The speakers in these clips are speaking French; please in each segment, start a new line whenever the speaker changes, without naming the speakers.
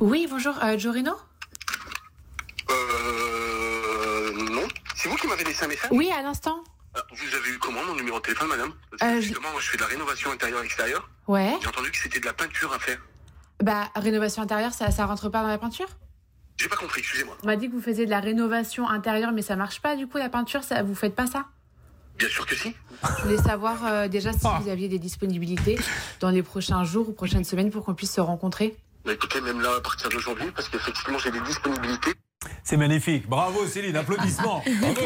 Oui, bonjour, euh, Giorino
Euh. Non. C'est vous qui m'avez laissé un message
Oui, à l'instant.
Ah, Vous avez eu comment mon numéro de téléphone, madame Parce
Euh,
que
je-
justement, moi, je fais de la rénovation intérieure-extérieure.
Ouais.
J'ai entendu que c'était de la peinture à faire.
Bah, rénovation intérieure, ça, ça rentre pas dans la peinture
J'ai pas compris, excusez-moi.
On m'a dit que vous faisiez de la rénovation intérieure, mais ça marche pas, du coup, la peinture, ça, vous faites pas ça
Bien sûr que si.
Je voulais savoir euh, déjà si vous aviez des disponibilités dans les prochains jours ou prochaines semaines pour qu'on puisse se rencontrer.
Bah écoutez, même là, à partir de janvier, parce qu'effectivement, j'ai des disponibilités.
C'est magnifique. Bravo Céline, applaudissements. Bravo.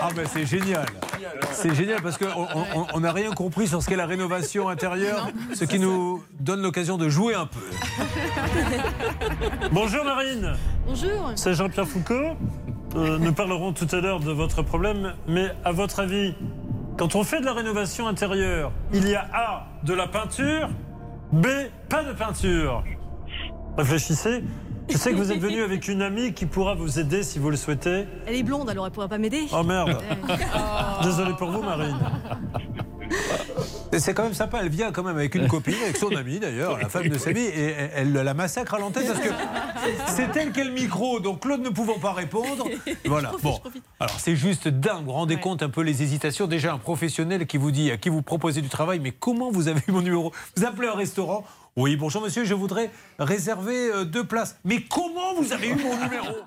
Ah ben c'est génial. C'est génial parce qu'on n'a rien compris sur ce qu'est la rénovation intérieure, ce qui nous donne l'occasion de jouer un peu.
Bonjour Marine,
Bonjour.
c'est Jean-Pierre Foucault. Euh, nous parlerons tout à l'heure de votre problème, mais à votre avis, quand on fait de la rénovation intérieure, il y a A, de la peinture, B, pas de peinture. Réfléchissez. Je sais que vous êtes venu avec une amie qui pourra vous aider si vous le souhaitez.
Elle est blonde, alors elle pourra pas m'aider.
Oh merde. Désolé pour vous Marine.
Et C'est quand même sympa, elle vient quand même avec une copine, avec son amie d'ailleurs, la femme de sa vie, et elle, elle la massacre à l'antenne parce que c'est elle qui a le micro, donc Claude ne pouvant pas répondre. Voilà, bon. Alors c'est juste dingue, vous vous rendez compte un peu les hésitations. Déjà un professionnel qui vous dit à qui vous proposez du travail, mais comment vous avez eu mon numéro Vous appelez un restaurant oui, bonjour monsieur, je voudrais réserver euh, deux places. Mais comment vous avez eu mon numéro